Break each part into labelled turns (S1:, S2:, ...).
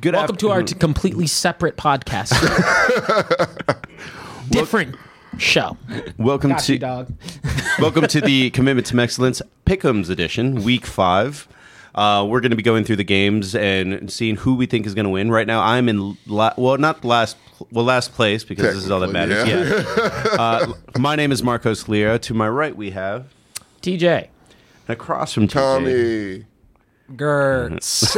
S1: Good
S2: Welcome
S1: after- Mm. Mm-hmm.
S2: to our t- completely separate podcast. Different show.
S1: welcome
S2: Got
S1: to
S2: you, dog.
S1: welcome to the Commitment to Excellence Pick'ems edition, week five. Uh, we're going to be going through the games and seeing who we think is going to win. Right now, I'm in la- well, not last, well, last place because this is all that matters.
S3: Technically,
S1: Yeah. uh, my name is Marcos Lira. To my right, we have
S2: TJ
S1: and across from TJ.
S3: Tommy.
S2: Gertz.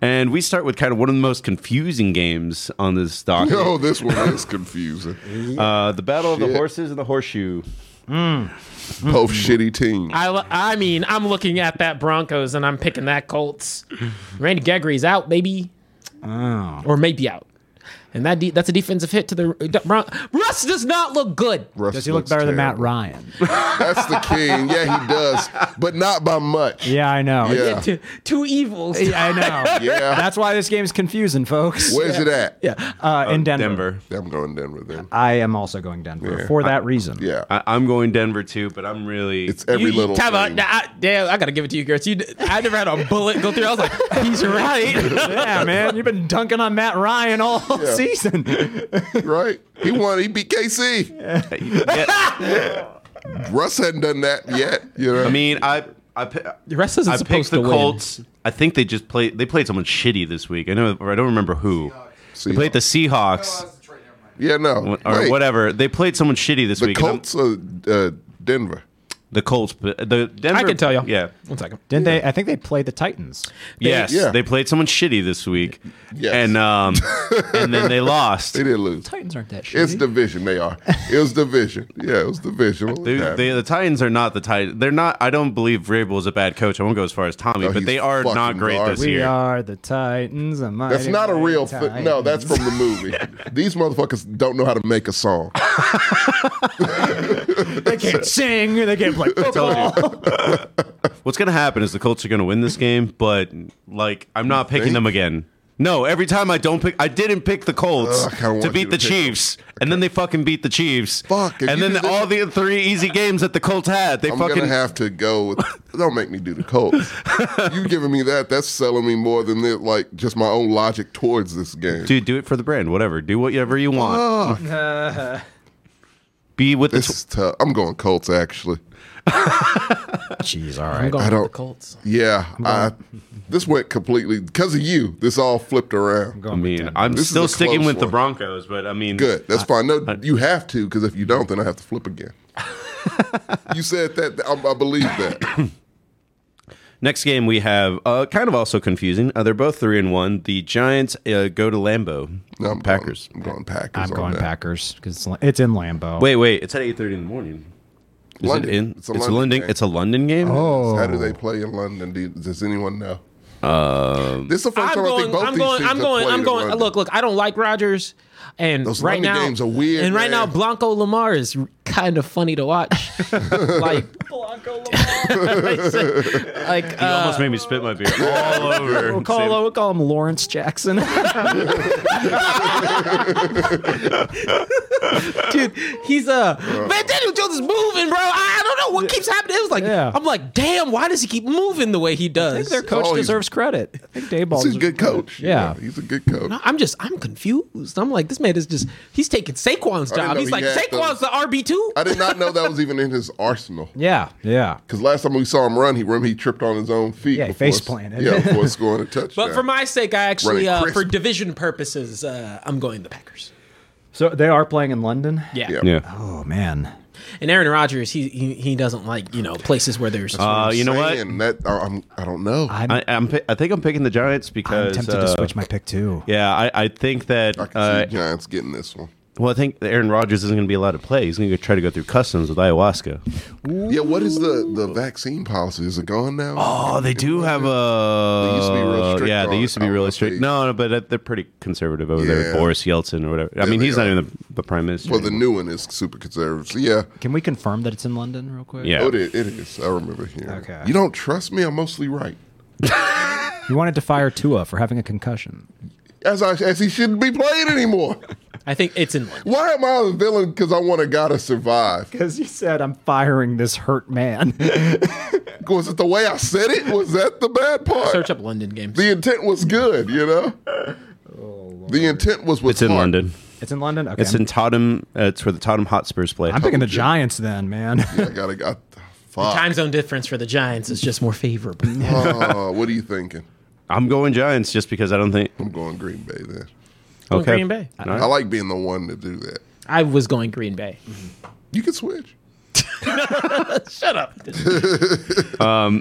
S1: and we start with kind of one of the most confusing games on this docket.
S3: Yo, this one is confusing.
S1: Uh, the battle of the
S3: Shit.
S1: horses and the horseshoe.
S3: Both shitty teams.
S2: I, lo- I mean, I'm looking at that Broncos and I'm picking that Colts. Randy Gregory's out, maybe,
S1: Oh.
S2: or maybe out. And that de- that's a defensive hit to the uh, Bron- Russ does not look good.
S3: Russ
S4: Does he look
S3: looks
S4: better than Matt
S3: terrible.
S4: Ryan?
S3: That's the king. Yeah, he does, but not by much.
S4: Yeah, I know.
S3: Yeah.
S2: Two, two evils.
S4: Yeah, I know.
S3: Yeah.
S4: That's why this game's confusing, folks.
S3: Where's it at? Yeah.
S4: Uh, in Denver.
S1: Denver.
S3: I'm going Denver then.
S4: I am also going Denver
S3: Yeah.
S4: for that reason.
S3: Yeah.
S1: I- I'm going Denver too, but I'm really
S3: It's every
S2: You- you-
S3: little
S2: time out.
S3: thing.
S2: Nah, I, damn, I gotta give it to you, Gertz. You, I never had a bullet go through. I was like, he's right.
S4: Yeah, man, you've been dunking on Matt Ryan all season.
S3: right? He won. He beat KC. Russ hadn't done that yet. You know.
S1: I mean, I I pi-
S2: The rest isn't
S1: I
S2: supposed
S1: picked
S2: to
S1: the
S2: win.
S1: Colts. I think they just played. They played someone shitty this week. I know. Or I don't remember who. They played the Seahawks
S3: yeah, no.
S1: or
S3: Wait,
S1: whatever. They played someone shitty this
S3: The
S1: week. and I'm-
S3: Colts or uh, Denver?
S1: The Colts. but The Denver.
S2: I can tell you.
S1: Yeah.
S2: One second.
S4: Didn't they? I think they played the Titans.
S1: yes.
S3: yeah.
S1: They played someone shitty this week.
S3: Yes.
S1: And um, and then they lost.
S3: They
S1: They,
S3: did lose.
S4: Titans aren't that
S3: It's division. They are. It was division. Yeah, it was division. What happened?
S1: they- the Titans are not the Titans. They're not. I don't believe Vrabel is a bad coach. I won't go as far as Tommy,
S3: No,
S1: but
S3: he's
S1: they are not
S3: fucking
S1: great this
S3: garbage.
S4: we
S1: year.
S4: are the Titans. a mighty,
S3: That's not a
S4: mighty
S3: real. Fi- no,
S4: Titans.
S3: that's from the movie. These motherfuckers don't know how to make a song.
S4: they can't sing. They can't play football.
S1: What's going to happen is the Colts are going to win this game, but like I'm not picking
S3: think?
S1: them again. No, every time I don't pick, I didn't pick the Colts
S3: Ugh, I kinda
S1: to
S3: want you
S1: beat
S3: to
S1: the
S3: pick them.
S1: Chiefs, and then they fucking beat the Chiefs.
S3: Fuck, if
S1: and
S3: you
S1: then
S3: do this-
S1: all the three easy games that the Colts had, they
S3: I'm
S1: fucking
S3: gonna have to go with. Don't make me do the Colts. you giving me that? That's selling me more than the, like just my own logic towards this game.
S1: dude do it for the brand, whatever, do whatever you want. Be with
S3: This
S1: the
S3: is tough. I'm going Colts actually.
S4: Jeez, all
S2: I'm
S4: right.
S2: going
S3: I
S2: with
S3: don't-
S2: the Colts.
S3: Yeah, I, this went completely because of you. This all flipped around.
S1: I mean, I'm
S3: This is
S1: still
S3: a
S1: sticking
S3: close
S1: with the
S3: one.
S1: Broncos, but I mean,
S3: Good. That's fine. No, you have to because if you don't, then I have to flip again. you said that. I, I believe that.
S1: Next game we have uh, kind of also confusing. Uh, they're both three and one. The Giants uh, go to Lambeau.
S3: No, I'm
S1: Packers.
S3: Going, I'm going Packers. on
S4: I'm going
S3: that.
S4: Packers because it's, it's in Lambeau.
S1: Wait, wait, it's at eight thirty in the morning. Is
S3: London.
S1: it in? It's
S3: It's
S1: a
S3: a
S1: London.
S3: London game.
S1: It's a London game.
S4: Oh.
S3: How do they play in London? Do- Does anyone know?
S1: Um,
S3: this is the 1st
S2: I'm
S3: time I think
S2: going.
S3: both
S2: I'm
S3: these
S2: going.
S3: teams
S2: I'm
S3: have
S2: going.
S3: played
S2: I'm
S3: in
S2: going.
S3: London.
S2: Look, look. I don't like Rodgers, and
S3: Those
S2: right
S3: London
S2: now
S3: games are weird,
S2: And right now,
S3: man.
S2: Blanco Lamar is kind of funny to watch. like Blanco Lamar. like
S1: You
S2: uh,
S1: almost made me spit my beer all over.
S4: We'll call, we'll call him Lawrence Jackson.
S2: dude, he's a man. Daniel Jones is moving, bro. I, I don't know what keeps happening. It was like
S4: Yeah.
S2: I'm like, damn. Why does he keep moving the way he does?
S4: their coach
S3: Oh, he's-
S4: deserves credit. I think Dayball.
S3: He's a good coach.
S4: Yeah.
S3: he's a good coach.
S2: I'm just, I'm confused. I'm like, this man is just, he's taking Saquon's
S3: I didn't
S2: job.
S3: know
S2: He's
S3: he
S2: like,
S3: had
S2: Saquon's
S3: those.
S2: the RB2.
S3: I did not know that was even in his arsenal.
S4: Yeah, yeah.
S3: Because last time we saw him run, he remember he tripped on his own feet.
S4: Yeah, he
S3: before
S4: face
S3: s-
S4: planted.
S3: Yeah, before scoring a touchdown.
S2: But for my sake, I actually,
S3: Running
S2: uh,
S3: crisp.
S2: for division purposes, uh, I'm going the Packers.
S4: So they are playing in London.
S2: Yeah.
S3: Yeah.
S1: Yeah.
S4: Oh man.
S2: And Aaron Rodgers, he, he he doesn't like you know places where there's.
S1: Uh, you know what?
S3: Saying That I, I'm, I don't know. I,
S4: I'm,
S1: I, I'm. pi- I think I'm picking the Giants
S4: I'm
S1: because.
S4: tempted
S1: uh,
S4: to switch my pick too.
S1: Yeah, I, I think that.
S3: can
S1: Uh,
S3: see the Giants getting this one.
S1: well, I think that Aaron Rodgers isn't going to be allowed to play. He's going to try to go through customs with ayahuasca.
S3: Yeah, what is the the vaccine policy? Is it gone now?
S1: Oh, they do have a.
S3: They used to be real strict
S1: Yeah, they
S3: on-
S1: used to be
S3: on
S1: really
S3: what
S1: strict.
S3: they-
S1: No, no, but uh, they're pretty conservative over there.
S3: Yeah.
S1: Boris Yeltsin or whatever. I mean,
S3: they
S1: he's not
S3: are.
S1: even the, the prime minister.
S3: Well, the
S1: anymore.
S3: new one is super conservative. So yeah,
S4: Can we confirm that it's in London real quick?
S1: Yeah.
S3: Oh, it is. It is. I remember hearing.
S4: Okay.
S3: You don't trust me? I'm mostly right.
S4: You wanted to fire Tua for having a concussion.
S3: As I, as he shouldn't be playing anymore.
S2: I think it's in London.
S3: Why am I the villain? Because I want a guy to survive.
S4: Because you said I'm firing this hurt man.
S3: Was it the way I said it? Was that the bad part?
S2: Search up London games.
S3: The intent was good, you know. the intent was with
S1: It's in
S3: heart.
S1: London.
S4: It's in London. Okay.
S1: It's in Tottenham. Uh, it's where the Tottenham Hotspurs play.
S4: I'm picking the Giants then, man.
S3: I gotta got. Fuck.
S2: Time zone difference for the Giants is just more favorable.
S3: Oh, what are you thinking?
S1: I'm going Giants just because I don't think.
S3: I'm going Green Bay then.
S2: Going
S1: Okay.
S2: Green Bay.
S1: All
S3: I
S1: right.
S3: like being the one to do that.
S2: I was going Green Bay.
S3: You can switch.
S2: Shut up.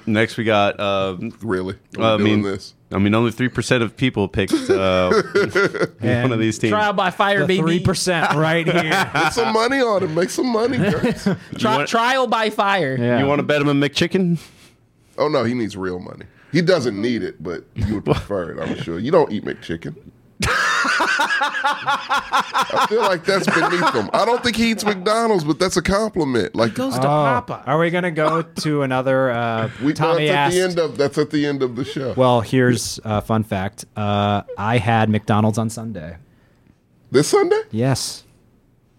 S1: Next, we got. Um,
S3: Really? Are we
S1: I
S3: doing
S1: mean,
S3: this.
S1: I mean, only three percent of people picked uh, one of
S4: And
S1: these teams.
S2: Trial by fire,
S4: the
S2: baby.
S4: three percent right here.
S3: Put some money on it. Make some money. Kurtz.
S2: Tri-
S1: You want-
S2: trial by fire.
S4: Yeah.
S1: You want to bet him a McChicken?
S3: oh no, he needs real money. He doesn't need it, but you would prefer it. I'm sure. You don't eat McChicken. I feel like that's beneath him. I don't think he eats McDonald's, but that's a compliment. Like
S2: Goes to
S4: Oh,
S2: Papa.
S4: are we gonna go to another? Uh,
S3: we,
S4: Tommy
S3: that's at
S4: asked.
S3: the end of that's at the end of the show.
S4: well, here's a fun fact. Uh, I had McDonald's on Sunday.
S3: this Sunday?
S4: Yes.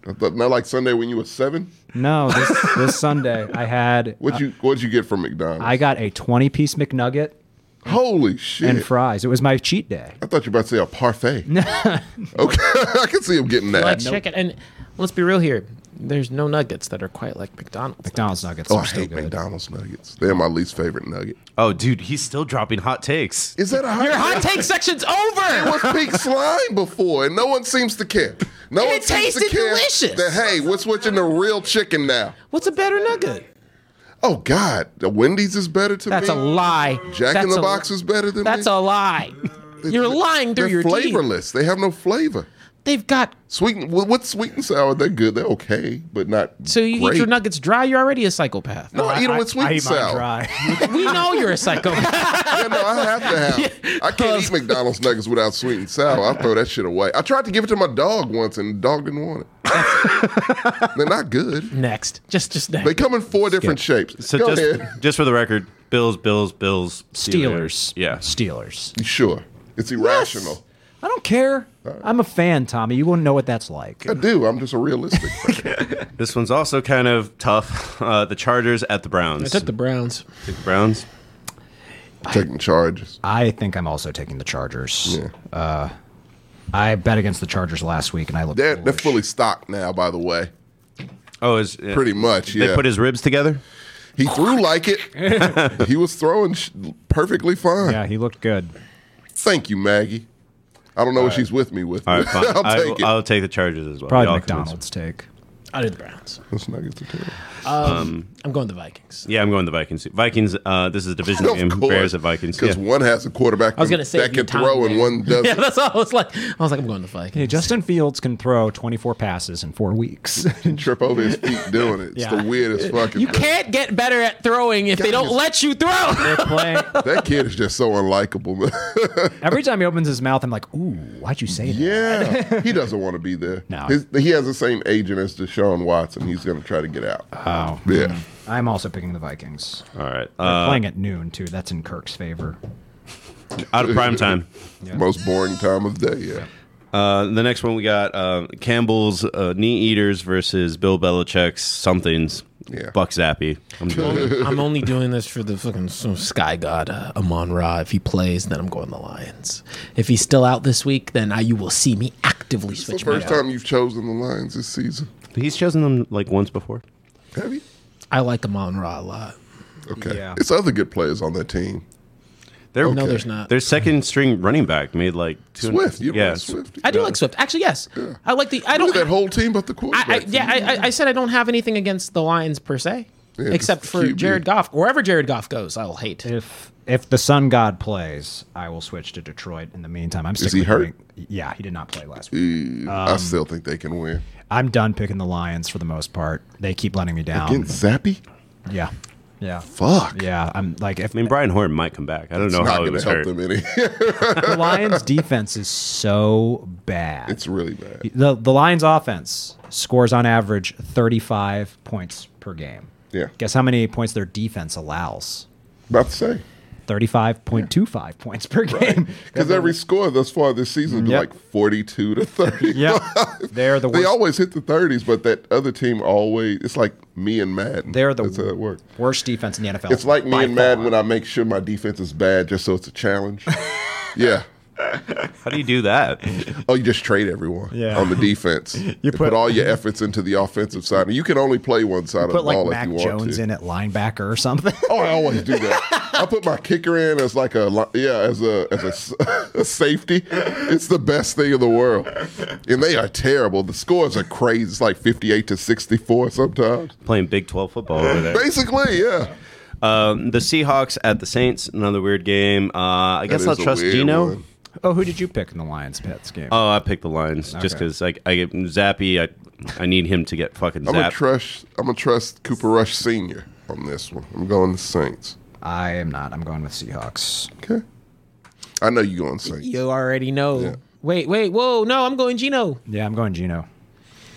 S3: I thought, not like Sunday when you were seven.
S4: No. This, this Sunday I had.
S3: What you What'd you get from McDonald's?
S4: I got a 20 piece McNugget
S3: Holy shit!
S4: and fries. It was my cheat day.
S3: I thought you were about to say a parfait. okay, I can see him getting that.
S2: Like chicken. And let's be real here. There's no nuggets that are quite like McDonald's.
S4: McDonald's nuggets.
S3: Oh,
S4: are
S3: I
S4: still
S3: hate
S4: good.
S3: McDonald's nuggets. They're my least favorite nugget.
S1: Oh, dude, he's still dropping hot takes.
S3: Is that a hot?
S2: Your hot take section's over.
S3: was peak slime before, and no one seems to care. No one seems to
S2: tasted
S3: care
S2: delicious.
S3: That hey, we're switching to real chicken now.
S2: What's a better nugget?
S3: Oh God, the Wendy's is better to
S2: That's
S3: me.
S2: a lie.
S3: Jack
S2: that's
S3: in the
S2: a-
S3: Box is better than
S2: That's
S3: me.
S2: a lie. You're lying through
S3: They're
S2: your teeth.
S3: flavorless. They have no flavor.
S2: They've got
S3: Sweet. and- wh- What's sweet and sour? They're good. They're okay, but not.
S2: so you
S3: great.
S2: eat your nuggets dry. You're already a psychopath.
S3: No, I eat them with sweet
S4: I
S3: and
S4: eat mine
S3: sour.
S4: dry.
S2: We know you're a psychopath.
S3: Yeah, no, I have to have. it. I can't eat McDonald's nuggets without sweet and sour. I throw that shit away. I tried to give it to my dog once, and the dog didn't want it. They're not good.
S2: next, just just next.
S3: They come in four different shapes.
S1: So
S3: Go
S1: just
S3: ahead.
S1: just for the record, Bills, Bills, Bills,
S4: Steelers.
S1: Yeah.
S4: Steelers.
S3: Sure, it's irrational.
S4: I don't care. I'm a fan, Tommy. You wouldn't know what that's like.
S3: I do. I'm just a realistic. person.
S1: This one's also kind of tough. Uh, the Chargers at the Browns.
S2: I took the Browns.
S1: Took the Browns.
S3: Taking charges.
S4: I think I'm also taking the Chargers. Uh,
S3: Yeah.
S4: I bet against the Chargers last week, and I looked.
S3: They're they're
S4: foolish.
S3: fully stocked now. By the way,
S1: Oh, is
S3: pretty much. Yeah.
S1: They put his ribs together.
S3: he threw like it. he was throwing sh- perfectly fine.
S4: Yeah, he looked good.
S3: Thank you, Maggie. I don't know what she's with me with.
S1: All right, fine.
S3: I'll
S1: I-
S3: take it.
S1: I'll take the Chargers as well.
S4: Probably
S1: Y'all can-
S4: McDonald's take.
S2: I did the Browns.
S3: Those nuggets are terrible.
S2: I'm going the Vikings.
S1: Yeah, I'm going the Vikings. Vikings. Uh, this is a division game. Bears at Vikings. Yeah.
S3: Because one has a quarterback
S2: I was gonna say
S3: that
S2: if you
S3: can
S2: time
S3: throw and
S2: them.
S3: one doesn't.
S2: Yeah, that's all. I was like, I was like, I'm going the Vikings.
S4: Hey, Justin Fields can throw 24 passes in four weeks.
S3: Trip over his feet doing it. It's
S4: Yeah.
S3: the weirdest fucking
S2: You
S3: thing.
S2: can't get better at throwing if they don't
S3: Guys.
S2: let you throw.
S4: They're playing.
S3: That kid is just so unlikable. man.
S4: Every time he opens his mouth, I'm like, "Ooh, why'd you say that?"
S3: yeah. He doesn't want to be there.
S4: No.
S3: His, he has the same agent as Deshaun Watson. He's going to try to get out.
S4: Oh.
S3: Yeah.
S4: I'm also picking the Vikings. They're
S1: All right. Uh,
S4: playing at noon too. That's in Kirk's favor.
S1: out of prime time.
S3: Most boring time of day. Yeah.
S1: Uh, the next one we got uh, Campbell's uh, knee eaters versus Bill Belichick's somethings.
S3: Yeah.
S1: Buck Zappy. I'm doing it.
S2: I'm only doing this for the fucking so sky god uh, Amon Ra. If he plays, then I'm going the Lions. If he's still out this week, then I, you will see me actively
S3: It's the
S2: switch.
S3: first
S2: my-
S3: time you've chosen the Lions this season.
S1: He's chosen them like once before.
S3: Have you?
S2: I like Amon Ra a lot.
S3: Okay.
S4: Yeah.
S3: It's other good players on that team.
S1: They're,
S2: No,
S3: Okay.
S2: there's not.
S1: Their second string running back made like two.
S3: Swift. You don't
S1: yeah,
S3: like Swift.
S2: I do like Swift. Actually, yes. I like the. I
S3: Look
S2: don't.
S3: at that whole team but the
S2: I,
S3: quarterback.
S2: I, yeah, I, I- I said I don't have anything against the Lions per se,
S3: Yeah, just
S2: except for
S3: QB.
S2: Jared Goff. Wherever Jared Goff goes, I'll hate.
S4: If if the Sun God plays, I will switch to Detroit. In the meantime, I'm sticking
S3: he
S4: with
S3: hurt?
S4: Green- Yeah, he did not play last week.
S2: Um,
S3: I still think they can win.
S4: I'm done picking the Lions for the most part. They keep letting me down.
S3: Getting Zappy?
S4: Yeah, yeah,
S3: Fuck.
S4: yeah. I'm like, if
S1: I mean, Brian Horton might come back. I don't know
S2: Oh,
S3: It's
S1: how
S3: not
S1: he
S3: going to
S1: was
S3: help
S1: hurt.
S3: them any.
S4: the Lions' defense is so bad.
S3: it's really bad.
S4: the the Lions' offense scores on average 35 points per game.
S3: Yeah.
S4: Guess how many points their defense allows?
S3: About to say.
S4: 35.25 points per game.
S3: Because every score thus far this season has been
S4: Yep.
S3: like 42 to 30.
S4: Yeah, they're the
S3: They
S4: worst.
S3: always hit the 30s, but that other team always, it's like me and Madden.
S4: they're the
S3: That's how it works.
S4: worst defense in the NFL.
S3: It's like me
S4: by
S3: and Madden
S4: far.
S3: when I make sure my defense is bad just so it's a challenge. yeah.
S1: How do you do that?
S3: Oh, you just trade everyone
S4: Yeah.
S3: on the defense. you put,
S4: put-
S3: all your efforts into the offensive side. And you can only play one side of the
S4: put like
S3: ball
S4: Mac
S3: if you want
S4: Jones
S3: to.
S4: in at linebacker or something.
S3: Oh, I always do that. I put my kicker in as like a li- yeah, as a as a s- a, safety. It's the best thing in the world, and they are terrible. The scores are crazy. It's like fifty-eight to sixty-four sometimes.
S1: Playing Big 12 football over there.
S3: Basically, yeah.
S1: Um, the Seahawks at the Saints, another weird game. Uh, I guess
S3: is
S1: I'll
S3: a
S1: trust
S3: weird
S1: Gino.
S3: one.
S4: oh, who did you pick in the Lions Pets game?
S3: Uh,
S1: Oh, I picked the Lions just
S4: Okay.
S1: because I, I get Zappy. I, I need him to get fucking
S3: I'm gonna
S1: zapped.
S3: trust. I'm gonna trust Cooper Rush Senior on this one. I'm going the Saints.
S4: I am not. I'm going with Seahawks.
S3: Okay. I know you going Saints.
S2: You already know.
S3: Yeah.
S2: Wait, wait, whoa, no, I'm going Gino.
S4: Yeah, I'm going Gino.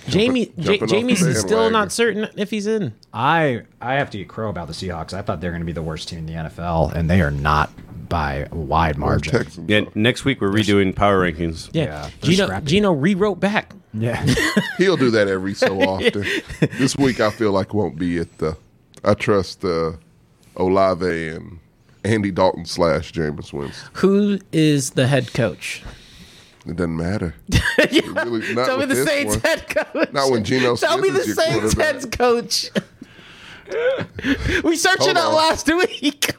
S2: Jamie, J-
S3: jumping off
S2: Jamie's
S3: the
S2: still
S3: bandwagon.
S2: not certain if he's in.
S4: I I have to eat crow about the Seahawks. I thought they're going to be the worst team in the NFL, and they are not by a wide margin.
S3: Texans.
S1: Yeah, next week we're redoing power rankings.
S2: Yeah,
S4: Yeah, they're
S2: Gino,
S4: scrappy.
S2: Gino rewrote back.
S4: Yeah,
S3: He'll do that every so often. this week, I feel like won't be it though. I trust uh, Olave and Andy Dalton slash Jameis Winston.
S2: Who is the head coach?
S3: It doesn't matter. It really- not
S2: Tell me
S3: with
S2: the
S3: this
S2: Saints
S3: one.
S2: head coach.
S3: Not when Geno
S2: Tell
S3: Smith
S2: me the
S3: is your
S2: Saints
S3: quarterback.
S2: head coach. we searched it
S3: Hold
S2: out
S3: on.
S2: last week.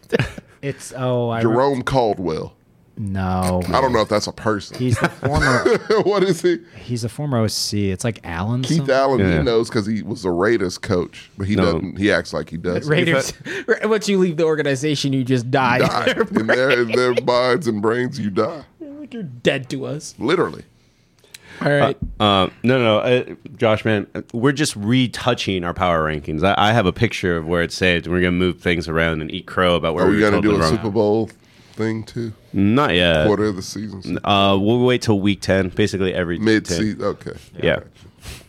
S4: it's oh I re-
S3: Jerome Caldwell.
S4: no.
S3: I don't know if that's a person.
S4: He's the former.
S3: what is he?
S4: he's a former OC. It's like Allen.
S3: Keith
S4: something.
S3: Allen.
S1: Yeah.
S3: He knows because he was the Raiders coach, but he
S1: No.
S3: doesn't. He acts like he does.
S2: Raiders. Once you leave the organization, you just die.
S3: Die. in their in their minds and brains, you die.
S2: You're dead to us.
S3: Literally.
S2: All right.
S1: Uh, no, no, uh, Josh, man, we're just retouching our power rankings. I, I have a picture of where it's saved, and we're gonna move things around and eat crow about where
S3: Are
S1: we
S3: we
S1: were
S3: gonna do
S1: totally
S3: a
S1: wrong.
S3: Super Bowl thing too?
S1: Not yet.
S3: Quarter of the season,
S1: Uh, we'll wait till week ten, basically every
S3: mid
S1: 10.
S3: season. Okay.
S1: Yeah.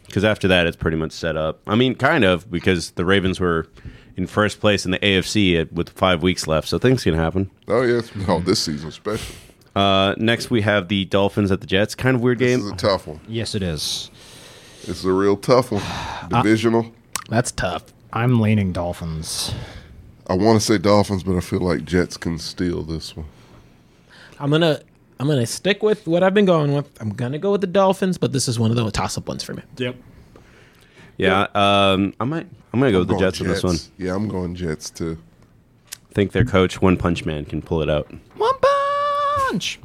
S1: Because after that, it's pretty much set up. I mean, kind of, because the Ravens were in first place in the AFC at, with five weeks left, so things can happen.
S3: Oh yes. No, this season special.
S1: Uh, next, we have the Dolphins at the Jets. Kind of weird
S3: This is
S1: game.
S3: a tough one.
S4: Yes, it is.
S3: This is a real tough one. Divisional.
S2: That's tough.
S4: I'm leaning Dolphins.
S3: I want to say Dolphins, but I feel like Jets can steal this one.
S2: I'm gonna I'm gonna stick with what I've been going with. I'm gonna go with the Dolphins, but this is one of the toss up ones for me.
S4: Yep.
S1: Yeah, um, I might. I'm gonna go with the
S3: Going
S1: Jets on this one.
S3: Yeah, I'm going Jets too.
S1: Think their coach, One Punch Man, can pull it out.
S4: One punch.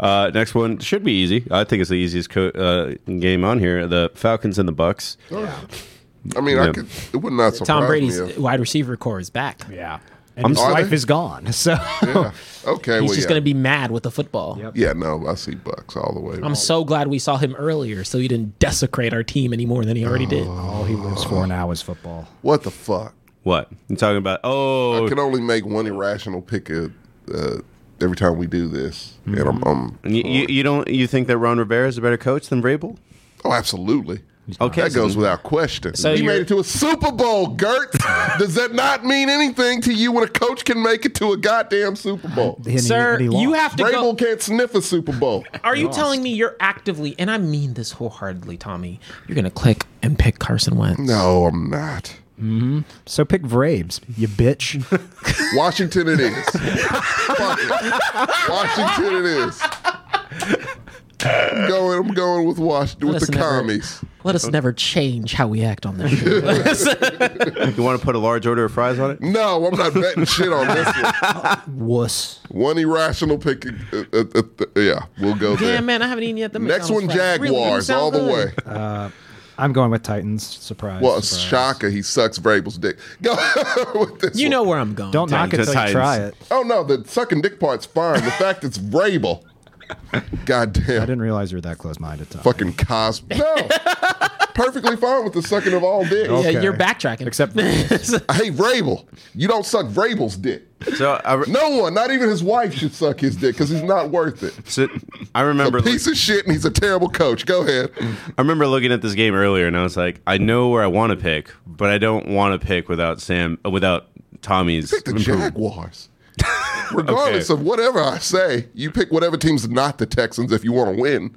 S1: Uh, next one should be easy. I think it's the easiest co- uh, game on here. The Falcons and the Bucks.
S3: I mean,
S1: Yeah.
S3: I could. It would not surprise
S2: Tom Brady's
S3: me. If,
S2: wide receiver core is back.
S4: yeah. And his
S3: Are
S4: wife
S3: they?
S4: is gone. So
S3: yeah. Okay.
S2: He's
S3: well,
S2: just
S3: yeah.
S2: gonna be mad with the football.
S4: Yep.
S3: Yeah. No, I see Bucks all the way.
S2: I'm so glad we saw him earlier, so he didn't desecrate our team any more than he already did.
S3: Oh.
S4: all he lives for now is football.
S3: what the fuck?
S1: What you talking about?
S3: I
S1: Oh,
S3: can only make one irrational pick uh, uh, every time we do this, and I'm, I'm
S2: Mm-hmm.
S1: you, you, you don't. You think that Ron Rivera is a better coach than Vrabel?
S3: oh, absolutely.
S1: Okay,
S3: that goes
S1: so-
S3: without question.
S2: So
S3: he
S2: you're-
S3: made it to a Super Bowl, Gert. Does that not mean anything to you when a coach can make it to a goddamn Super Bowl?
S4: And he-
S2: Sir,
S4: and he
S2: you
S4: lost.
S2: have to go.
S3: Brable can't sniff a Super Bowl.
S2: Are you telling me you're actively, and I mean this wholeheartedly, Tommy, you're going to click and pick Carson Wentz?
S3: No, I'm not.
S4: So pick Vrabes, you bitch.
S3: Washington it is. Fuck it. Washington it is. I'm going, I'm going with Washington with the
S2: Listen, Everett.
S3: commies.
S2: Let us never change how we act on this show.
S1: You want to put a large order of fries on it?
S3: No, I'm not betting shit on this one.
S4: Wuss.
S3: One irrational pick. Uh, uh, uh, th- yeah, we'll go there.
S2: Damn, man, I haven't eaten yet. The
S3: Next one, Jaguars, all the way.
S4: I'm going with Titans. Surprise.
S3: Well,
S4: surprise.
S3: shocker, he sucks Vrabel's dick. Go with this
S2: You
S3: one.
S2: know where I'm going.
S4: Don't knock it
S1: Titans.
S4: till you try it.
S3: Oh no, the sucking dick part's fine. The fact it's Vrabel. God
S4: I
S3: damn.
S4: didn't realize you were that close-minded. Tom.
S3: fucking Cosby. No, perfectly fine with the sucking of all dicks.
S2: Yeah,
S4: Okay.
S2: you're backtracking.
S4: Except-
S3: I hate Vrabel. You don't suck Vrabel's dick.
S1: So I, re-
S3: No one, not even his wife, should suck his dick because he's not worth it.
S1: so I remember.
S3: Piece of shit, and he's a terrible coach. Go ahead.
S1: I remember looking at this game earlier, and I was like, I know where I want to pick, but I don't want to pick without Sam, uh, without Tommy's.
S3: Pick the Jaguars. Regardless
S1: Okay.
S3: of whatever I say, you pick whatever team's not the Texans if you want to win.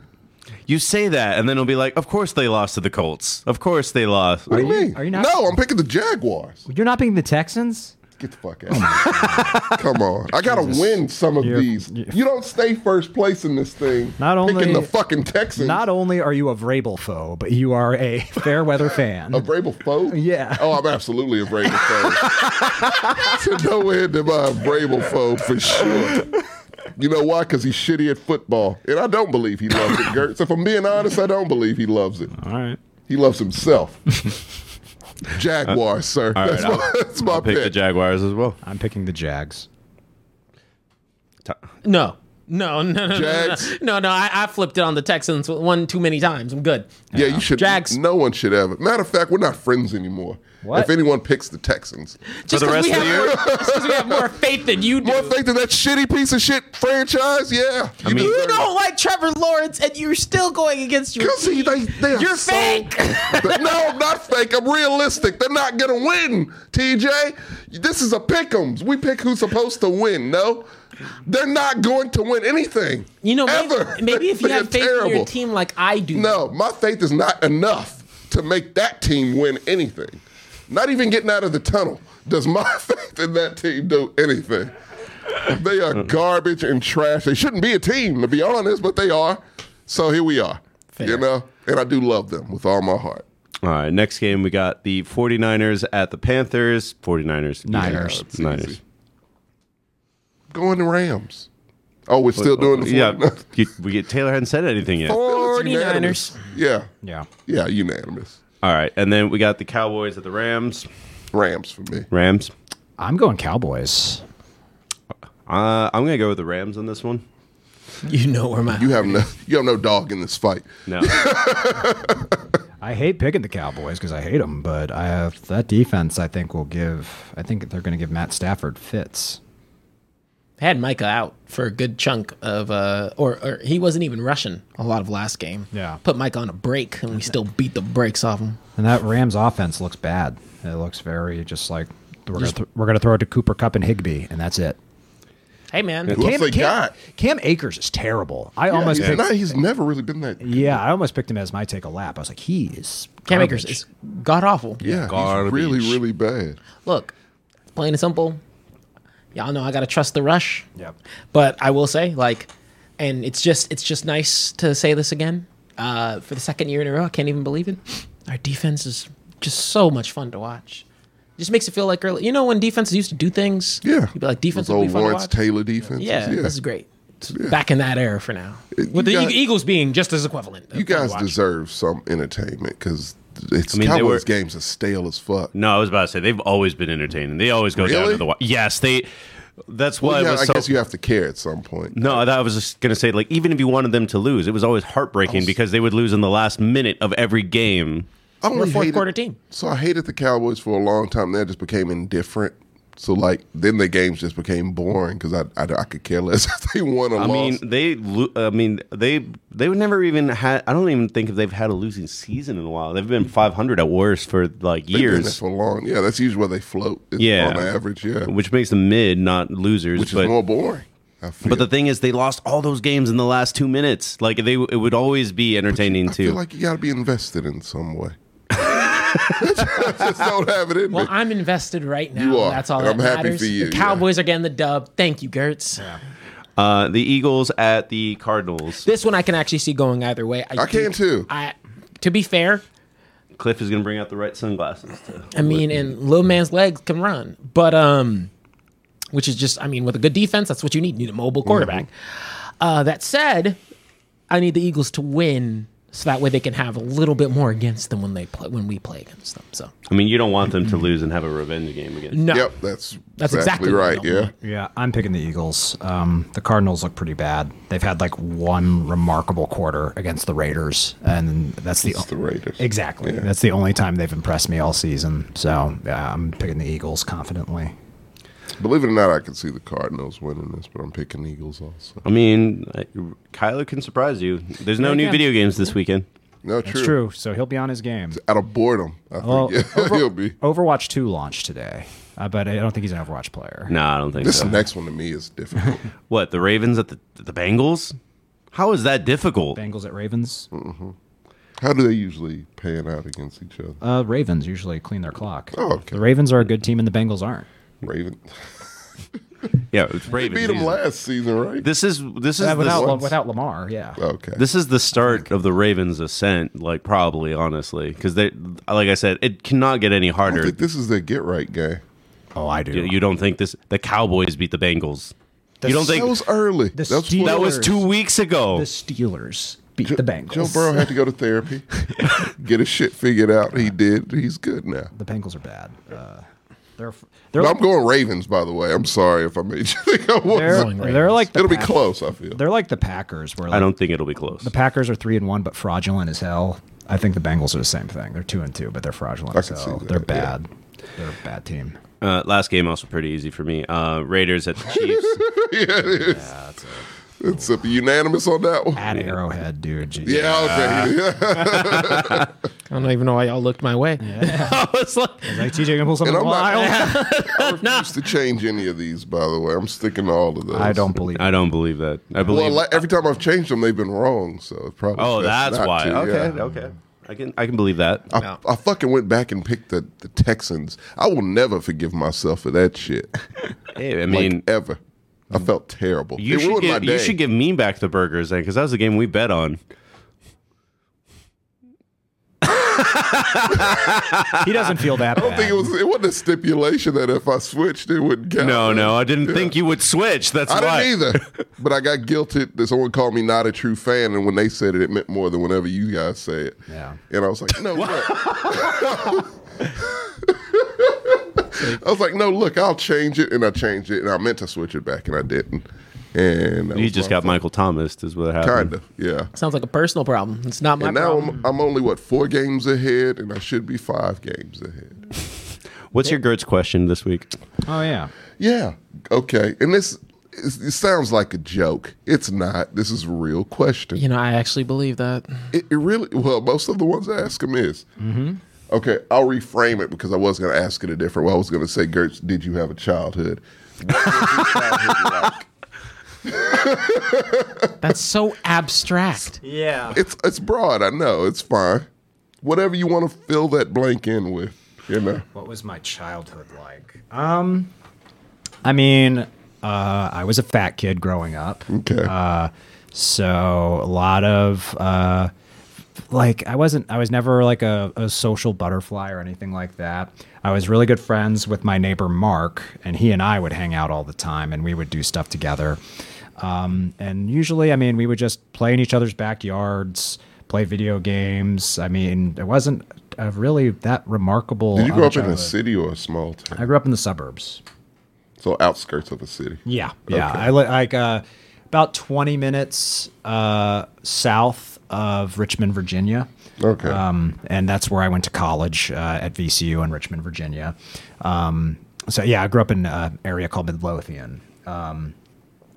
S1: You say that, and then it'll be like, of course they lost to the Colts. Of course they lost.
S3: What do you mean?
S4: are you not-
S3: no, I'm picking the Jaguars.
S4: You're not being the Texans?
S3: Get the fuck out. of here. Come on. I got to win some of
S4: You're-
S3: these. You don't stay first place in this thing.
S4: Not
S3: picking
S4: only-
S3: the fucking Texans.
S4: Not only are you a Vrabel foe, but you are a fair weather fan.
S3: A Vrabel foe?
S4: Yeah.
S3: Oh, I'm absolutely a Vrabel foe. to no end am I a Vrabel foe for sure. You know why? Because he's shitty at football. And I don't believe he loves it, Gertz. If I'm being honest, I don't believe he loves it.
S4: All right.
S3: He loves himself. Jaguars, sir.
S1: All
S3: that's
S1: right,
S3: my,
S1: I'll-
S3: that's my
S1: I'll pick the
S3: pick.
S1: Jaguars as well.
S4: I'm picking the Jags.
S2: No. No, no, no, no, no,
S3: Jags.
S2: no, no. I, I flipped it on the Texans one too many times. I'm good.
S3: yeah, you should.
S2: Jags.
S3: No one should ever. Matter of fact, we're not friends anymore.
S4: What?
S3: If anyone picks the Texans,
S2: Just
S1: the
S2: 'cause
S1: rest
S2: we
S1: of
S2: have
S1: the year?
S2: more- just 'cause we have more faith than you do.
S3: more faith in that shitty piece of shit franchise. Yeah, I
S1: mean-
S2: you don't like Trevor Lawrence, and you're still going against your.
S3: Because he, they, they are
S2: You're
S3: so-
S2: fake.
S3: They- no, I'm not fake. I'm realistic. They're not gonna win. TJ, this is a pick'ems. We pick who's supposed to win. No, they're not going to win anything.
S2: You know, maybe,
S3: ever.
S2: maybe if you
S3: They are
S2: have faith in your team like I do,
S3: No, my faith is not enough to make that team win anything. Not even getting out of the tunnel does my faith in that team do anything. They are garbage and trash. They shouldn't be a team, to be honest, but they are. So here we are. You know, and I do love them with all my heart.
S1: All right, next game we got the 49ers at the Panthers. 49ers.
S4: Niners.
S1: Yeah, Niners.
S3: Going to Rams. Oh, we're still doing the
S1: uh, Yeah,
S3: 49ers.
S1: you, we get Taylor hadn't said anything yet. All
S3: Oh, it's
S2: 49ers.
S3: unanimous. Yeah.
S4: Yeah.
S3: Yeah, unanimous.
S1: right, and then we got the Cowboys at the Rams.
S3: Rams for me.
S1: Rams.
S4: I'm going Cowboys.
S1: Uh, I'm gonna go with the Rams on this one.
S2: you know where my
S3: You have no you have no dog in this fight.
S1: No,
S4: I hate picking the Cowboys because I hate them, but I have, that defense I think will give. I think they're going to give Matt Stafford fits.
S2: had Micah out for a good chunk of, uh, or, or he wasn't even rushing a lot of last game.
S4: Yeah.
S2: put Micah on a break, and we still beat the brakes off him.
S4: And that Rams offense looks bad. It looks very just like we're going th- we're going to throw it to Cooper Cup and Higby, and that's it.
S2: Hey man,
S3: Who else they
S4: Cam,
S3: got?
S4: Cam Akers is terrible. I almost
S3: he's,
S4: picked,
S3: not, he's never really been that. Yeah,
S4: yeah, I almost picked him as my take a lap. I was like, he is
S2: Cam Akers
S4: garbage.
S2: is god awful.
S3: he's
S1: Garbage.
S3: really, really bad.
S2: Look, plain and simple. Y'all know I gotta trust the rush.
S4: Yep.
S2: But I will say, like, and it's just it's just nice to say this again uh, for the second year in a row. I can't even believe it. Our defense is just so much fun to watch. Just makes it feel like early. You know when defenses used to do things.
S3: Yeah.
S2: You'd be like defense
S3: Those
S2: will be
S3: old
S2: fun
S3: Lawrence
S2: to watch.
S3: Taylor defense.
S2: Yeah, this is great. It's Back in that era for now,
S3: You
S2: with the E-
S3: got-
S2: Eagles being just as equivalent.
S3: You guys deserve some entertainment because it's
S1: I mean, they
S3: Cowboys
S1: were-
S3: games are stale as fuck.
S1: no. I was about to say they've always been entertaining. They always go down
S3: Really?
S1: to the wire. Yes, they. That's why
S3: Well,
S1: it
S3: yeah,
S1: was
S3: I
S1: so.
S3: guess you have to care at some point.
S1: no, that- I was just gonna say, like, even if you wanted them to lose, it was always heartbreaking because they would lose in the last minute of every game.
S3: I only
S2: We're a fourth
S3: hated-
S2: quarter team.
S3: So I hated the Cowboys for a long time. Then I just became indifferent. So like then the games just became boring because I, I I could care less if they won or
S1: I mean,
S3: lost.
S1: they. lo- I mean, they. They would never even had. I don't even think if they've had a losing season in a while. They've been 500 at worst for like
S3: They've been there
S1: years,
S3: for long. Yeah, that's usually where they float. It's
S1: Yeah.
S3: on average. Yeah,
S1: which makes them mid, not losers.
S3: which
S1: but
S3: is more boring. I feel.
S1: But the thing is, they lost all those games in the last two minutes. Like they, it would always be entertaining
S3: I
S1: too.
S3: feel like you got to be invested in some way. I just don't have it in
S2: Well,
S3: me.
S2: I'm invested right now.
S3: You are,
S2: That's all
S3: and
S2: that
S3: I'm happy
S2: matters.
S3: for you,
S2: the
S3: yeah.
S2: Cowboys are getting the dub. Thank you, Gertz.
S1: uh, the Eagles at the Cardinals.
S2: This one I can actually see going either way.
S3: I
S2: do-
S3: can too.
S2: I, to be fair,
S1: Cliff is going to bring out the right sunglasses. To
S2: I mean, and little man's legs can run, but um, which is just, I mean, with a good defense, that's what you need. You need a mobile
S3: Mm-hmm.
S2: quarterback. Uh, that said, I need the Eagles to win so that way they can have a little bit more against them when they play when we play against them. So
S1: I mean, you don't want them to lose and have a revenge game again.
S2: no,
S3: Yep, that's
S2: That's exactly
S3: exactly,
S2: what I
S3: right.
S2: don't
S3: Yeah,
S2: want.
S4: Yeah, I'm picking the Eagles. Um, the Cardinals look pretty bad. They've had like one remarkable quarter against the Raiders, and that's the,
S3: the Raiders.
S4: Exactly. That's the only time they've impressed me all season. So yeah, I'm picking the Eagles confidently.
S3: Believe it or not, I can see the Cardinals winning this, but I'm picking Eagles also.
S1: I mean, I, Kyler can surprise you. There's no new
S2: can.
S1: video games this weekend.
S3: No,
S4: It's
S3: true.
S4: true. So he'll be on his game.
S3: Out of boredom, I
S4: Well,
S3: think yeah,
S4: over-
S3: he'll be.
S4: Overwatch 2 launched today, uh, but I don't think he's an Overwatch player.
S1: No, I don't think
S3: This
S1: so.
S3: next one to me is difficult.
S1: What the Ravens at the the Bengals? How is that difficult?
S4: Bengals at Ravens.
S3: How do they usually pan out against each other?
S4: Uh, Ravens usually clean their clock.
S3: Oh, okay.
S4: The Ravens are a good team and the Bengals aren't.
S3: Raven
S1: Yeah, it's
S3: they
S1: Ravens.
S3: beat them
S1: easily.
S3: last season, right?
S1: This is this is
S4: Uh, without,
S1: the,
S4: La- without Lamar, yeah.
S3: okay.
S1: this is the start of the Ravens' ascent. Like probably, honestly, because they, like I said, it cannot get any
S3: I
S1: harder.
S3: think this is their get right game.
S4: Oh, I do.
S1: You- You don't think this? The Cowboys beat the Bengals. you don't
S3: That
S1: think
S3: was early.
S4: The
S3: That was
S4: Steelers-
S1: that
S3: before-
S1: was two weeks ago?
S4: the Steelers beat the Bengals.
S3: Joe Burrow had to go to therapy, get his shit figured out. He did. He's good now.
S4: The Bengals are bad. Uh, they're f- they're,
S3: But I'm going Ravens, by the way. I'm sorry if I made you think I was.
S4: they're,
S2: Going
S4: they're
S2: Ravens.
S4: like the
S3: It'll be
S4: Pack-
S3: close. I feel.
S4: They're like the Packers, where like,
S1: I don't think it'll be close.
S4: the Packers are three and one, but fraudulent as hell. I think the Bengals are the same thing. They're two and two, but they're fraudulent
S3: I
S4: as
S3: can
S4: hell.
S3: see that,
S4: They're
S3: yeah.
S4: bad. They're a bad team.
S1: Uh, last game also pretty easy for me. Uh, Raiders at the Chiefs.
S3: It's a unanimous on that one.
S4: At Arrowhead, dude. Jeez.
S3: Yeah, okay.
S2: I don't even know why y'all looked my way. I was like,
S4: Like TJ gonna pull something
S3: And I'm not-
S4: wild.
S3: I refuse to change any of these. By the way, I'm sticking to all of those.
S4: I don't believe.
S1: I don't believe that. I believe.
S3: Well, like, every time I've changed them, they've been wrong. So it's probably.
S1: oh,
S3: best
S1: that's
S3: not
S1: why.
S3: to, yeah. Uh,
S1: okay, okay. I can I can believe that.
S3: I, I fucking went back and picked the, the Texans. I will never forgive myself for that shit.
S1: Hey, I
S3: Like,
S1: mean,
S3: ever. I felt terrible.
S1: you
S3: it
S1: should
S3: ruined my
S1: give,
S3: day.
S1: you should give me back the burgers then, because that was the game we bet on.
S4: He doesn't feel that.
S3: I don't think it was. It wasn't a stipulation that if I switched, it wouldn't count.
S1: No, no, I didn't think you would switch. That's
S3: I
S1: why.
S3: didn't either. But I got guilted that someone called me not a true fan, and when they said it, it meant more than whenever you guys say it.
S4: Yeah.
S3: And I was like, no, look. I was like, no, look, I'll change it, and I changed it, and I meant to switch it back, and I didn't. And that
S1: You
S3: was
S1: just
S3: my
S1: got Michael Thomas. Is what happened.
S3: kind of yeah.
S2: sounds like a personal problem. It's not my
S3: And now
S2: problem.
S3: I'm, I'm only what four games ahead, and I should be five games ahead.
S1: What's your Gertz question this week?
S4: Oh yeah.
S3: Yeah. Okay. And this is, it sounds like a joke. It's not. This is a real question.
S2: you know, I actually believe that.
S3: It, it really. Well, most of the ones I ask him is.
S4: Mm-hmm.
S3: Okay, I'll reframe it because I was going to ask it a different way. I was going to say, Gertz, did you have a childhood? What was your childhood like?
S2: That's so abstract.
S4: Yeah.
S3: It's it's broad. I know. It's fine. Whatever you want to fill that blank in with, you know.
S4: What was my childhood like? Um, I mean, uh, I was a fat kid growing up.
S3: Okay.
S4: Uh, so a lot of uh, like I wasn't. I was never like a, a social butterfly or anything like that. I was really good friends with my neighbor Mark, and he and I would hang out all the time, and we would do stuff together. Um, and usually, I mean, we would just play in each other's backyards, play video games. I mean, it wasn't uh, really that remarkable.
S3: did you
S4: of
S3: grow up in a
S4: childhood.
S3: city or a small town?
S4: I grew up in the suburbs.
S3: So outskirts of a city.
S4: Yeah, yeah. I li- like uh, about twenty minutes uh, south of Richmond, Virginia.
S3: Okay.
S4: Um, and that's where I went to college uh, at VCU in Richmond, Virginia. Um, so yeah, I grew up in an area called Midlothian.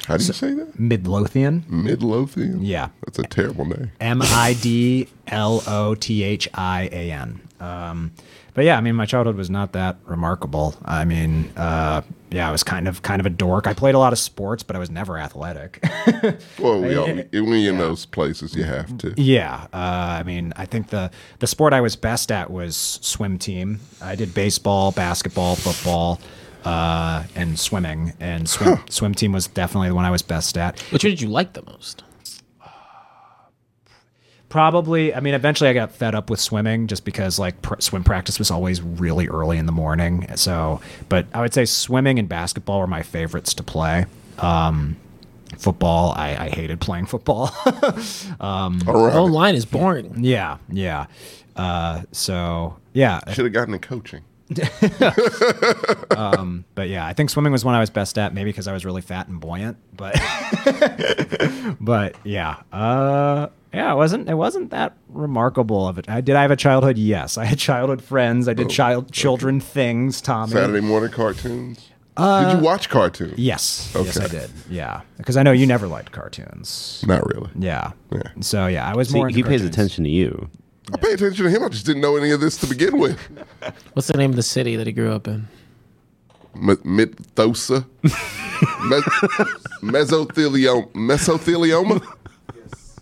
S3: How do you say that?
S4: Midlothian.
S3: Midlothian.
S4: Yeah.
S3: That's a terrible name.
S4: M I D L O T H I A N. Um, but yeah, I mean, my childhood was not that remarkable. I mean, uh, yeah, I was kind of kind of a dork. I played a lot of sports, but I was never athletic.
S3: Well, we all, when you're in those places, you have to.
S4: yeah, uh, I mean, I think the the sport I was best at was swim team. I did baseball, basketball, football, uh, and swimming. And swim swim team was definitely the one I was best at.
S2: Which one did you like the most?
S4: probably i mean eventually i got fed up with swimming just because like pr- swim practice was always really early in the morning so but i would say swimming and basketball were my favorites to play um football i, I hated playing football
S3: All
S2: The whole
S3: right.
S2: line is boring.
S4: yeah yeah uh so yeah
S3: Should have gotten in coaching.
S4: but yeah i think swimming was one i was best at maybe because i was really fat and buoyant but but yeah uh yeah, it wasn't it wasn't that remarkable of it. I, did I have a childhood? Yes, I had childhood friends. I did child children things. Tommy,
S3: Saturday morning cartoons. Did you watch cartoons?
S4: Yes. Yes,
S3: Okay.
S4: I did. Yeah, because I know you never liked cartoons.
S3: Not really.
S4: Yeah.
S3: Yeah.
S4: So yeah, I was
S1: See,
S4: more.
S1: he
S4: into
S1: pays
S4: cartoons.
S1: attention to you.
S3: I pay attention to him. I just didn't know any of this to begin with.
S2: What's the name of the city that he grew up in?
S3: M- Mythosa. Me- mesothelioma. Mesothelioma?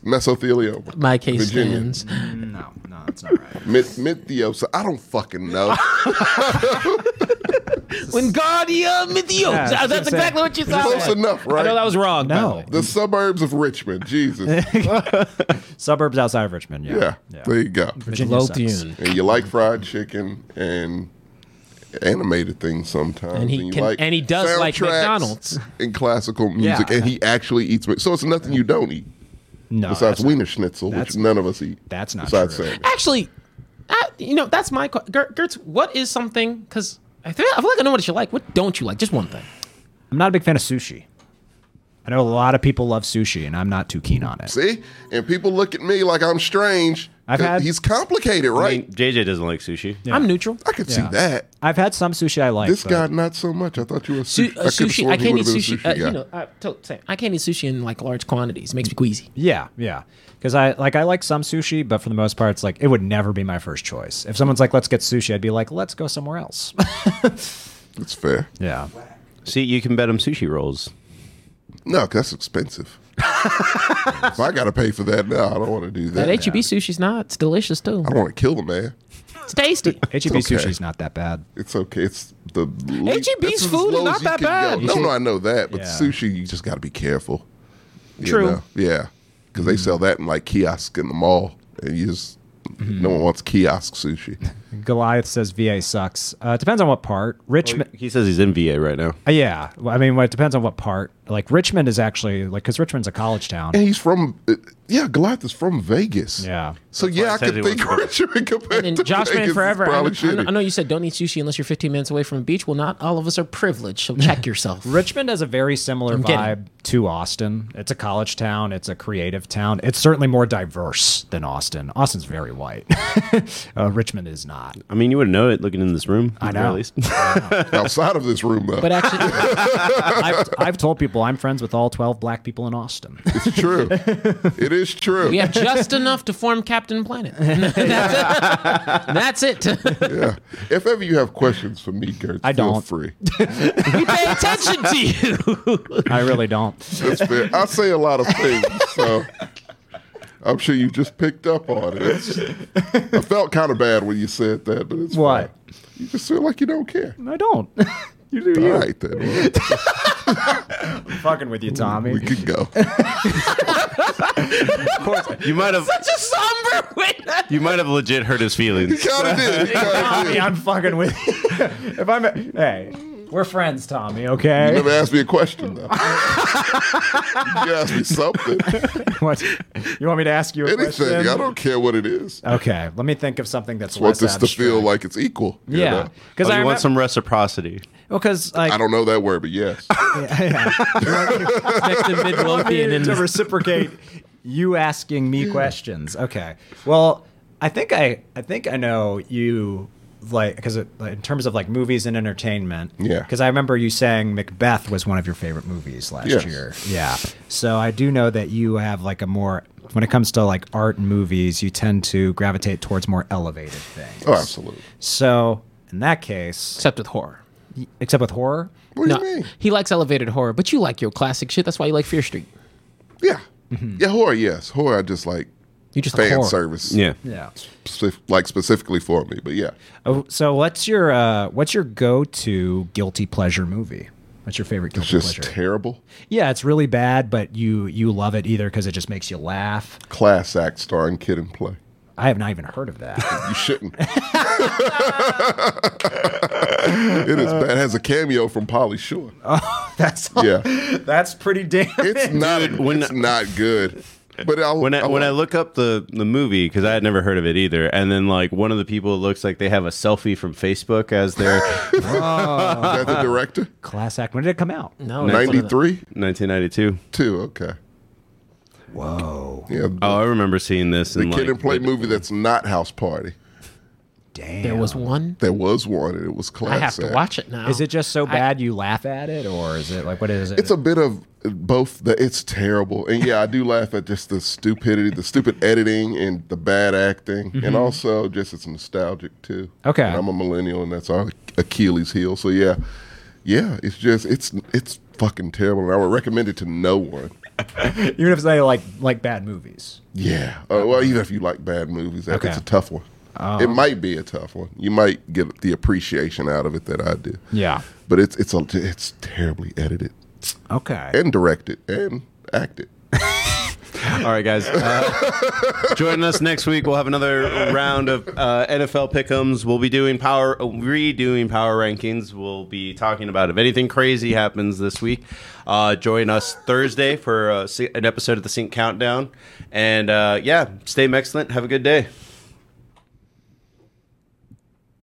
S3: Mesothelioma.
S2: My case
S3: Virginia.
S2: stands.
S4: No, no, that's not right.
S3: Myth- Mythiosa. I don't fucking know.
S2: Wingardia Mithiosa.
S4: Yeah, I was
S2: That's
S4: gonna say-
S2: exactly what you thought.
S3: Close enough, right?
S2: I know that was wrong. by the
S4: No,
S2: way.
S3: the suburbs of Richmond. Jesus.
S4: suburbs outside of Richmond. Yeah,
S3: Yeah. There you go.
S4: Virginia sucks.
S2: Lothian.
S3: And you like fried chicken and animated things sometimes.
S2: And he
S3: you
S2: can- and he does like
S3: soundtracks
S2: McDonald's.
S3: and classical music.
S4: Yeah.
S3: And he actually eats. Mc- So it's nothing you don't eat.
S2: Oh,
S4: No,
S3: Besides
S4: that's not-
S3: Wiener Schnitzel, which
S4: that's-
S3: none of us eat.
S4: that's not
S3: Besides
S4: true.
S3: Sammy.
S2: Actually, I, you know that's my que- Ger- Gertz. What is something? Because I feel, I feel like I know what you like. What don't you like? Just one thing.
S4: I'm not a big fan of sushi. I know a lot of people love sushi, and I'm not too keen on it.
S3: See? And people look at me like I'm strange. uh,
S4: I've had-
S3: He's complicated,
S1: I
S3: right? I,
S1: mean, JJ doesn't like sushi.
S2: I'm neutral.
S3: could
S4: Yeah.
S3: see that.
S4: I've had some sushi I like.
S3: This
S4: but
S3: guy, not so much. I thought you were a
S2: Su-
S3: sushi.
S2: uh, sushi. I can't eat sushi. uh,
S3: guy.
S2: you know, I, to- Sam, I can't eat sushi in like large quantities. It makes me queasy.
S4: Yeah, yeah. Because I like I like some sushi, but for the most part, it's like it would never be my first choice. If someone's like, "Let's get sushi," I'd be like, "Let's go somewhere else."
S3: It's fair.
S4: yeah.
S1: See, you can bet him sushi rolls.
S3: No, 'cause that's expensive. if I got to pay for that now, I don't want to do that.
S2: That E HEB sushi's not. It's delicious too.
S3: I don't want to kill the man.
S2: It's tasty.
S4: HEB
S3: okay.
S4: sushi's not that bad.
S3: It's okay. It's the le-
S2: H E B's
S3: this as
S2: food is
S3: low
S2: not
S3: as you
S2: that
S3: can
S2: bad.
S3: Go. No, no, I know that, but
S4: Yeah.
S3: sushi, you just got to be careful. you
S2: True.
S3: know? Yeah, because they sell that in like kiosks in the mall, and you just
S1: Mm-hmm.
S3: no one wants kiosk sushi.
S4: Goliath says VA sucks. Uh, it depends on what part. Richmond.
S1: He says he's in VA right now.
S4: Uh, yeah, Well, I mean, well, it depends on what part. Like Richmond is actually like because Richmond's a college town.
S3: And he's from uh, yeah, Goliath is from Vegas.
S4: Yeah.
S3: So yeah,
S1: why I
S3: I
S1: said he
S3: could think
S1: wasn't
S3: Richmond compared
S2: And then
S3: to
S2: Josh
S3: Vegas
S2: Man
S3: is
S2: Forever. I know,
S3: probably
S2: I know-
S3: shitty.
S2: I know you said don't eat sushi unless you're 15 minutes away from a beach. Well, not all of us are privileged, so check yourself.
S4: Richmond has a very similar
S2: I'm kidding.
S4: vibe to Austin. It's a college town. It's a creative town. It's certainly more diverse than Austin. Austin's very white. uh, Richmond is not.
S1: I mean, you would know it looking in this room.
S4: I
S1: at the very
S4: know.
S1: least.
S3: Outside of this room, though,
S2: But actually,
S4: I've, I've told people I'm friends with all 12 black people in Austin.
S3: it's true. it is true.
S2: we have just enough to form Captain Planet. That's it. That's it.
S3: Yeah. If ever you have questions for me, Gert,
S4: I
S3: feel
S4: don't.
S3: free.
S2: we pay attention to you.
S4: I really don't.
S3: That's fair. I say a lot of things, so I'm sure you just picked up on it. It's- I felt kind of bad when you said that, but it's
S4: What?
S3: fine. You just feel like you don't care.
S4: I don't. you do
S3: All right, then. Well,
S4: fucking with you,
S3: we
S4: Tommy.
S3: can go.
S1: you might have.
S2: Such a somber witness.
S1: You might have legit hurt his feelings.
S3: Kind of did. Kind of
S4: Tommy,
S3: did.
S4: I'm fucking with you. if I'm, hey, we're friends, Tommy.
S3: You
S4: Okay.
S3: never asked me a question, though. you asked me something.
S4: What? You want me to ask you a
S3: Anything.
S4: question?
S3: I don't care what it is. I
S4: Okay, let me think of something that's
S3: want this
S4: less
S3: to feel
S4: abstract.
S3: like it's equal. you
S4: yeah,
S3: know?
S4: because
S1: Oh,
S4: I
S1: you want
S4: remember,
S1: some reciprocity.
S4: because like
S3: I don't know that word, but yes. Oh,
S2: Next to Midlothian
S4: to
S2: and
S4: reciprocate you asking me questions. Okay. Well, I think I I think I know you like because in terms of like movies and entertainment.
S3: Yeah.
S4: Because I remember you saying Macbeth was one of your favorite movies last
S3: Yes.
S4: year. Yeah. So I do know that you have like a more when it comes to like art and movies, you tend to gravitate towards more elevated things.
S3: Oh, absolutely.
S4: So in that case,
S2: except with horror.
S4: except with horror.
S3: What do
S2: No,
S3: you mean?
S2: he likes elevated horror, but you like your classic shit. That's why you like Fear Street.
S3: Yeah.
S4: Mm-hmm.
S3: Yeah, horror, yes. Horror, I just like
S2: You just like
S3: fan
S2: horror.
S3: service.
S1: Yeah.
S4: Yeah.
S3: Specif- like specifically for me, but yeah.
S4: Oh, so what's your uh, what's your go to guilty pleasure movie? What's your favorite guilty
S3: Just
S4: pleasure?
S3: terrible.
S4: yeah, it's really bad, but you you love it either because it just makes you laugh.
S3: Class act starring Kid and Play.
S4: I have not even heard of that.
S3: You shouldn't. it is bad. It has a cameo from Polly Shore.
S2: Oh,
S4: that's
S3: Yeah.
S4: that's pretty damn.
S3: It's not
S1: when-
S3: it's not good. But I'll,
S1: When I,
S3: I'll-
S1: when I look up the, the movie because I had never heard of it either, and then like one of the people looks like they have a selfie from Facebook as their
S3: is that the director?
S4: Class act. When did it come out?
S2: No, that's one of the-
S3: Ninety three?
S1: 1992.
S3: Two, okay.
S4: Whoa,
S3: Yeah. The,
S1: Oh, I remember seeing this.
S3: the
S1: and,
S3: Kid
S1: like,
S3: and Play movie that's not House Party.
S4: damn.
S2: There was one.
S3: There was one and it was class
S2: I have to
S3: act.
S2: watch it now.
S4: Is it just so bad you laugh at it, or is it like what is it?
S3: It's a bit of both the it's terrible and yeah i do laugh at just the stupidity the stupid editing and the bad acting and also just it's nostalgic too
S4: Mm-hmm. Okay.
S3: And i'm a millennial and that's our achilles heel so yeah yeah it's just it's it's fucking terrible and i would recommend it to no one
S4: Even if they like like bad movies.
S3: yeah uh, well even if you like bad movies that,
S4: Okay. Um,
S3: it's a tough one it might be a tough one you might get the appreciation out of it that i do
S4: Yeah.
S3: but it's it's a, it's terribly edited
S4: Okay.
S3: and directed and acted
S1: All right, guys. Uh, join us next week. We'll have another round of uh, NFL pickums. We'll be doing power, redoing power rankings. We'll be talking about if anything crazy happens this week. Uh, join us Thursday for uh, se- an episode of the Sync Countdown. And uh, yeah, stay excellent. Have a good day.